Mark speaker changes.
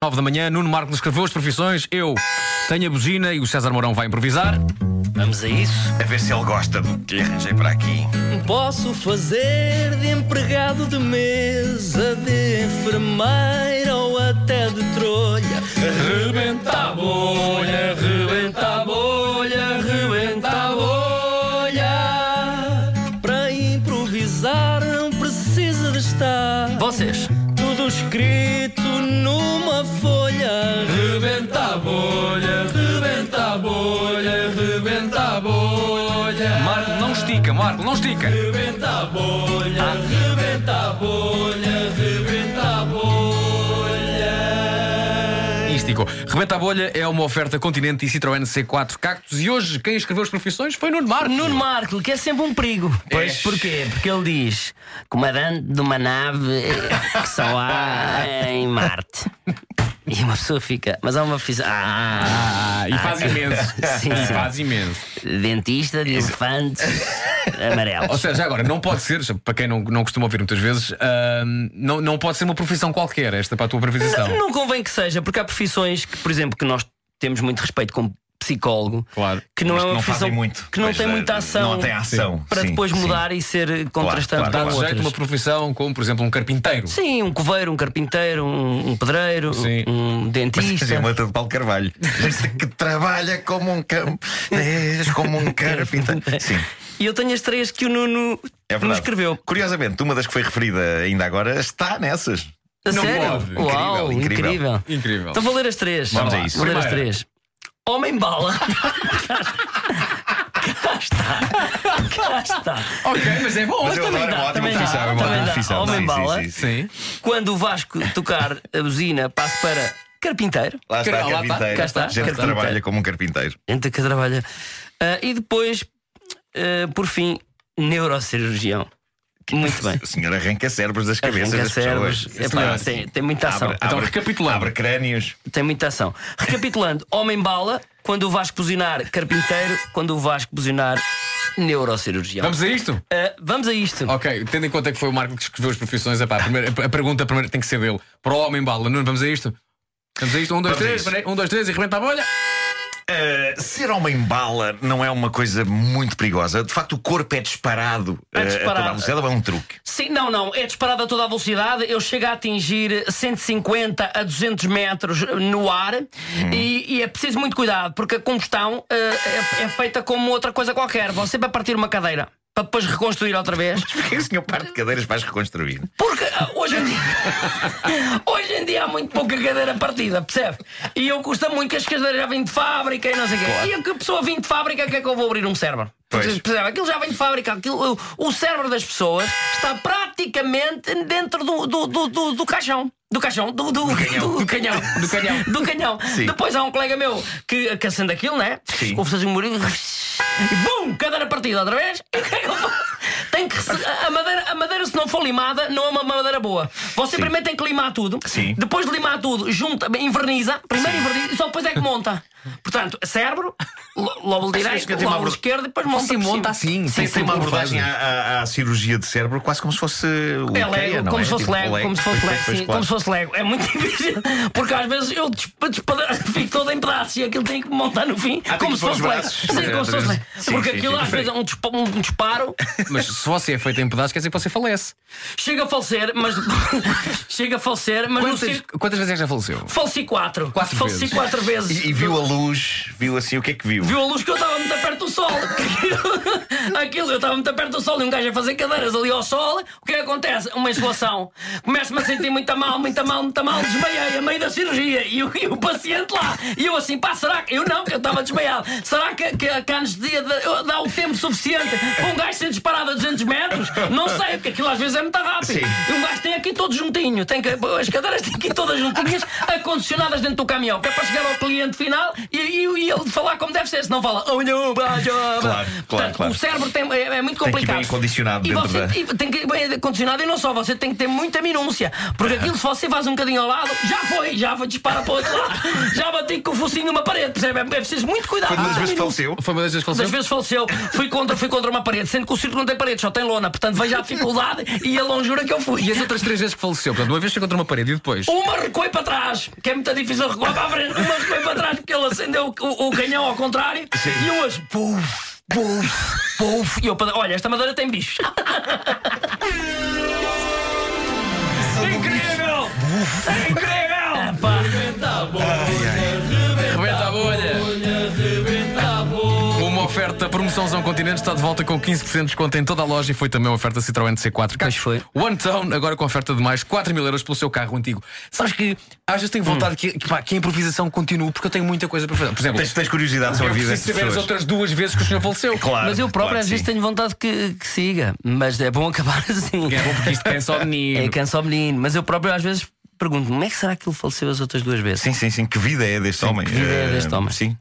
Speaker 1: 9 da manhã. Nuno Marco nos escreveu as profissões. Eu tenho a buzina e o César Mourão vai improvisar.
Speaker 2: Vamos a isso?
Speaker 3: A ver se ele gosta do que arranjei para aqui.
Speaker 2: Posso fazer de empregado de mesa, de enfermeira ou até de trolha. Rebenta a bolha, rebenta a bolha, rebenta a bolha. Para improvisar não precisa de estar. Vocês. Tudo escrito numa folha. Rebenta a bolha, rebenta a bolha, rebenta a bolha.
Speaker 1: Marco, não estica, Marco, não estica.
Speaker 2: Rebenta a bolha, ah, rebenta a bolha, rebenta a bolha.
Speaker 1: E esticou. Rebenta a bolha é uma oferta Continente e Citroën C4 Cactos. E hoje quem escreveu as profissões foi Nuno Marco.
Speaker 4: Nuno Marco, que é sempre um perigo.
Speaker 1: Pois.
Speaker 4: Porquê? Porque ele diz: comandante de uma nave eh, que só há em Marte. E uma pessoa fica, mas há uma profissão. Ah,
Speaker 1: Ah, e faz imenso.
Speaker 4: Sim,
Speaker 1: e
Speaker 4: sim.
Speaker 1: faz imenso.
Speaker 4: dentista de elefantes
Speaker 1: Ou
Speaker 4: amarelos.
Speaker 1: seja, agora, não pode ser, para quem não, não costuma ouvir muitas vezes, ahm, não, não pode ser uma profissão qualquer, esta para a tua profissão.
Speaker 4: Não convém que seja, porque há profissões que, por exemplo, que nós temos muito respeito como psicólogo,
Speaker 1: Claro.
Speaker 4: que não
Speaker 3: Mas
Speaker 4: é
Speaker 3: que
Speaker 4: uma
Speaker 3: não
Speaker 4: profissão
Speaker 3: fazem muito.
Speaker 4: que não
Speaker 3: Pois,
Speaker 4: tem
Speaker 3: eh,
Speaker 4: muita ação.
Speaker 3: Não tem ação.
Speaker 4: Para
Speaker 3: Sim,
Speaker 4: depois
Speaker 3: sim.
Speaker 4: mudar e ser contrastante
Speaker 3: claro, é
Speaker 1: Dá de
Speaker 4: com
Speaker 1: jeito
Speaker 4: outras.
Speaker 1: uma profissão como, por exemplo, um carpinteiro.
Speaker 4: Sim, um coveiro, um carpinteiro, um, um pedreiro,
Speaker 1: Sim.
Speaker 4: um
Speaker 3: Mas
Speaker 4: dentista.
Speaker 3: é uma de Paulo Carvalho. Gente que trabalha como um campo, és como um carpinteiro. Sim.
Speaker 4: E eu tenho as três que o Nuno
Speaker 3: É
Speaker 4: nos
Speaker 3: verdade.
Speaker 4: escreveu.
Speaker 3: Curiosamente, uma das que foi referida ainda agora está nessas.
Speaker 4: A
Speaker 1: Não
Speaker 4: sério?
Speaker 1: pode.
Speaker 4: Uau,
Speaker 3: Incrível,
Speaker 4: incrível.
Speaker 3: incrível.
Speaker 1: Incrível.
Speaker 4: Então vou ler as três.
Speaker 3: Vamos
Speaker 1: a
Speaker 4: lá.
Speaker 3: isso.
Speaker 4: Vou ler as
Speaker 1: Primeira.
Speaker 4: três. Homem bala. Cá está. Cá está.
Speaker 1: Ok, mas é bom.
Speaker 3: Mas eu
Speaker 4: também dá,
Speaker 3: adoro uma ótima
Speaker 4: também dá,
Speaker 3: profissão. é uma
Speaker 4: também
Speaker 3: ótima
Speaker 4: dá.
Speaker 3: profissão.
Speaker 4: Homem
Speaker 3: Sim,
Speaker 4: bala.
Speaker 3: sim, sim.
Speaker 1: Sim.
Speaker 4: Quando o Vasco tocar a buzina, passo para carpinteiro.
Speaker 3: Lá está,
Speaker 1: Cá lá está,
Speaker 3: carpinteiro.
Speaker 4: cá está,
Speaker 3: Gente que
Speaker 4: carpinteiro.
Speaker 3: trabalha como um carpinteiro.
Speaker 4: Gente que trabalha. Ah, e depois, ah, por fim, neurocirurgião. Muito bem.
Speaker 3: O senhor arranca cérebros das cabeças
Speaker 4: Arranca
Speaker 3: das pessoas.
Speaker 4: cérebros. Epá,
Speaker 3: Sim, senhor.
Speaker 4: tem, tem muita ação.
Speaker 3: Abre-
Speaker 1: Então,
Speaker 3: abre-
Speaker 1: recapitulando.
Speaker 3: Abre crânios.
Speaker 4: Tem muita ação. Recapitulando: homem bala, quando o Vasco buzinar, carpinteiro, quando o Vasco buzinar, neurocirurgião.
Speaker 1: Vamos a isto?
Speaker 4: Ah, vamos a isto.
Speaker 1: Ok, tendo em conta que foi o Marco que escreveu as profissões, epá, a, primeira- a pergunta primeiro tem que ser dele. Para o homem bala, Nuno, vamos a isto? Vamos a isto? Um, dois,
Speaker 3: Vamos a
Speaker 1: três,
Speaker 3: isto.
Speaker 1: peraí, um, dois, três e rebenta a bolha.
Speaker 3: Uh, ser homem bala não é uma coisa muito perigosa. De facto, o corpo é disparado.
Speaker 4: É
Speaker 3: uh,
Speaker 4: disparado.
Speaker 3: a toda a velocidade, ou é um truque.
Speaker 4: Sim, não, não. É disparado a toda a velocidade. Eu chego a atingir 150 a 200 metros no ar e, e é preciso muito cuidado porque a combustão eh, é, é feita como outra coisa qualquer. Você vai partir uma cadeira para depois reconstruir outra vez.
Speaker 3: Porquê que o senhor parte de cadeiras vais reconstruir?
Speaker 4: Porque ah, hoje em dia Hoje em dia há muito pouca cadeira partida, percebe? E eu custa muito que as cadeiras já vêm de fábrica e não sei o quê. E a que pessoa vem de fábrica, que é que eu vou abrir um cérebro?
Speaker 3: Pois.
Speaker 4: Percebe? Aquilo já vem de fábrica. Aquilo, o, o cérebro das pessoas está praticamente dentro do, do, do, do, do caixão. Do caixão, do, do, do
Speaker 3: canhão.
Speaker 4: do canhão, do canhão, do canhão.
Speaker 3: Sim.
Speaker 4: Depois há um colega meu que, que acende aquilo, né?
Speaker 3: Sim.
Speaker 4: Ouve-se assim um barulho e bum! Cadeira partida outra vez. E o que é que eu faço? Tem que se- a, a madeira, a madeira, se não for limada, não é uma madeira boa. Você primeiro tem que limar tudo.
Speaker 3: Sim.
Speaker 4: Depois de limar tudo, junta, inverniza. Primeiro inverniza e só depois é que monta. Portanto, cérebro, lo- lobo
Speaker 3: Sabes que eu
Speaker 4: direito,
Speaker 3: tenho uma
Speaker 4: lobo
Speaker 3: aborda-
Speaker 4: esquerdo e depois monta.
Speaker 1: Sim,
Speaker 4: por cima.
Speaker 1: monta assim.
Speaker 3: Tem,
Speaker 1: sim,
Speaker 3: tem uma
Speaker 1: como
Speaker 3: abordagem
Speaker 1: fazem.
Speaker 3: à, à- à cirurgia de cérebro quase como se fosse o
Speaker 4: É
Speaker 3: IKEA,
Speaker 4: Lego,
Speaker 3: não
Speaker 4: como
Speaker 3: é?
Speaker 4: se fosse
Speaker 3: Tipo,
Speaker 4: Lego, como se fosse
Speaker 3: Pois,
Speaker 4: Lego,
Speaker 3: pois,
Speaker 4: sim,
Speaker 3: claro.
Speaker 4: como se fosse Lego. É muito difícil, porque às vezes eu despa- despa- fico todo em pedaços e aquilo tem que montar no fim,
Speaker 3: Ah, tem
Speaker 4: como
Speaker 3: que
Speaker 4: se
Speaker 3: pôr os
Speaker 4: fosse Lego.
Speaker 3: braços.
Speaker 4: Sim, como se fosse Lego.
Speaker 3: Sim,
Speaker 4: Porque
Speaker 3: sim,
Speaker 4: aquilo
Speaker 3: sim,
Speaker 4: às
Speaker 3: sim.
Speaker 4: vezes é um dispa- um disparo,
Speaker 1: Mas se você é feito em pedaços, quer dizer que você falece.
Speaker 4: chega a falecer, mas chega a falecer, mas no
Speaker 1: Quantas,
Speaker 4: circo
Speaker 1: quantas vezes é que já faleceu?
Speaker 4: faleci quatro.
Speaker 1: Quatro
Speaker 4: faleci
Speaker 1: vezes.
Speaker 4: quatro vezes.
Speaker 3: E, e viu a luz, viu assim, o que é que viu?
Speaker 4: Viu a luz que eu estava muito perto do sol. Aquilo, eu estava muito perto do sol e um gajo a fazer cadeiras ali ao sol. O que é que acontece? Uma insolação. Começo-me a sentir muito mal, muito mal, muito mal. Desmaiei a meio da cirurgia e o, e o paciente lá. E eu assim, pá, será que. Eu não, que eu estava desmaiado. Será que, que, que a anestesia dá, dá o tempo suficiente para um gajo ser disparado a 200 metros? Não sei, porque aquilo às vezes é muito rápido.
Speaker 3: Sim.
Speaker 4: E um gajo tem aqui todo juntinho. Tem que, as cadeiras têm aqui todas juntinhas, acondicionadas dentro do caminhão, que é para chegar ao cliente final e, e, e ele falar como deve ser, se não fala. Claro,
Speaker 3: Claro, claro, claro.
Speaker 4: O cérebro tem- é, é muito
Speaker 3: que ir
Speaker 4: complicado.
Speaker 3: bem condicionado
Speaker 4: e
Speaker 3: dentro
Speaker 4: você,
Speaker 3: da-
Speaker 4: e tem que ir bem condicionado e não só, você tem que ter muita minúcia. Porque aquilo, se você faz um bocadinho ao lado, já foi, já foi, dispara para o outro lado, já bati com o focinho numa parede, percebe? É preciso muito cuidado.
Speaker 3: Foi uma das
Speaker 4: muita
Speaker 3: vezes que
Speaker 4: minúcia.
Speaker 3: faleceu.
Speaker 1: Foi uma das vezes que
Speaker 4: Muitas
Speaker 1: faleceu.
Speaker 4: vezes faleceu. Fui contra, fui contra uma parede, sendo que o circo não tem parede, só tem lona. Portanto, veja a dificuldade e ele não jura que eu fui.
Speaker 1: E as outras três vezes que faleceu. Portanto, uma vez foi contra uma parede e depois.
Speaker 4: Uma recuei para trás, que é muito difícil recuar para a frente. Uma recuei para trás porque ele acendeu o, o canhão ao contrário e hoje, puf, puf, puf. E eu, para- olha, esta madeira tem bichos. Incrível!
Speaker 1: É,
Speaker 4: Incrível! Epá.
Speaker 1: Rebenta a bolha! Uma oferta promoçãozão continente está de volta com 15% de desconto em toda a loja e foi também uma oferta Citroën C4.
Speaker 4: Pois foi.
Speaker 1: One Town, agora com oferta de mais 4 mil euros pelo seu carro antigo. Sabes que às vezes tenho vontade que, que, pá, que a improvisação continue porque eu tenho muita coisa para fazer. Por exemplo,
Speaker 3: Tens, tens curiosidade sobre
Speaker 1: eu
Speaker 3: a vida
Speaker 1: preciso
Speaker 3: destas
Speaker 1: saber as
Speaker 3: pessoas.
Speaker 1: outras duas vezes que o senhor faleceu.
Speaker 3: Claro,
Speaker 2: Mas eu próprio
Speaker 3: claro
Speaker 2: às
Speaker 3: que
Speaker 2: vezes
Speaker 3: sim.
Speaker 2: tenho vontade que, que siga, mas é bom acabar assim.
Speaker 1: É bom porque isto cansa o menino.
Speaker 2: É cansa o menino, mas eu próprio às vezes pergunto como é que será que ele faleceu as outras duas vezes?
Speaker 3: Sim, sim, sim. Que vida é deste homem?
Speaker 2: que vida é
Speaker 3: Eh,
Speaker 2: deste homem?
Speaker 3: Sim.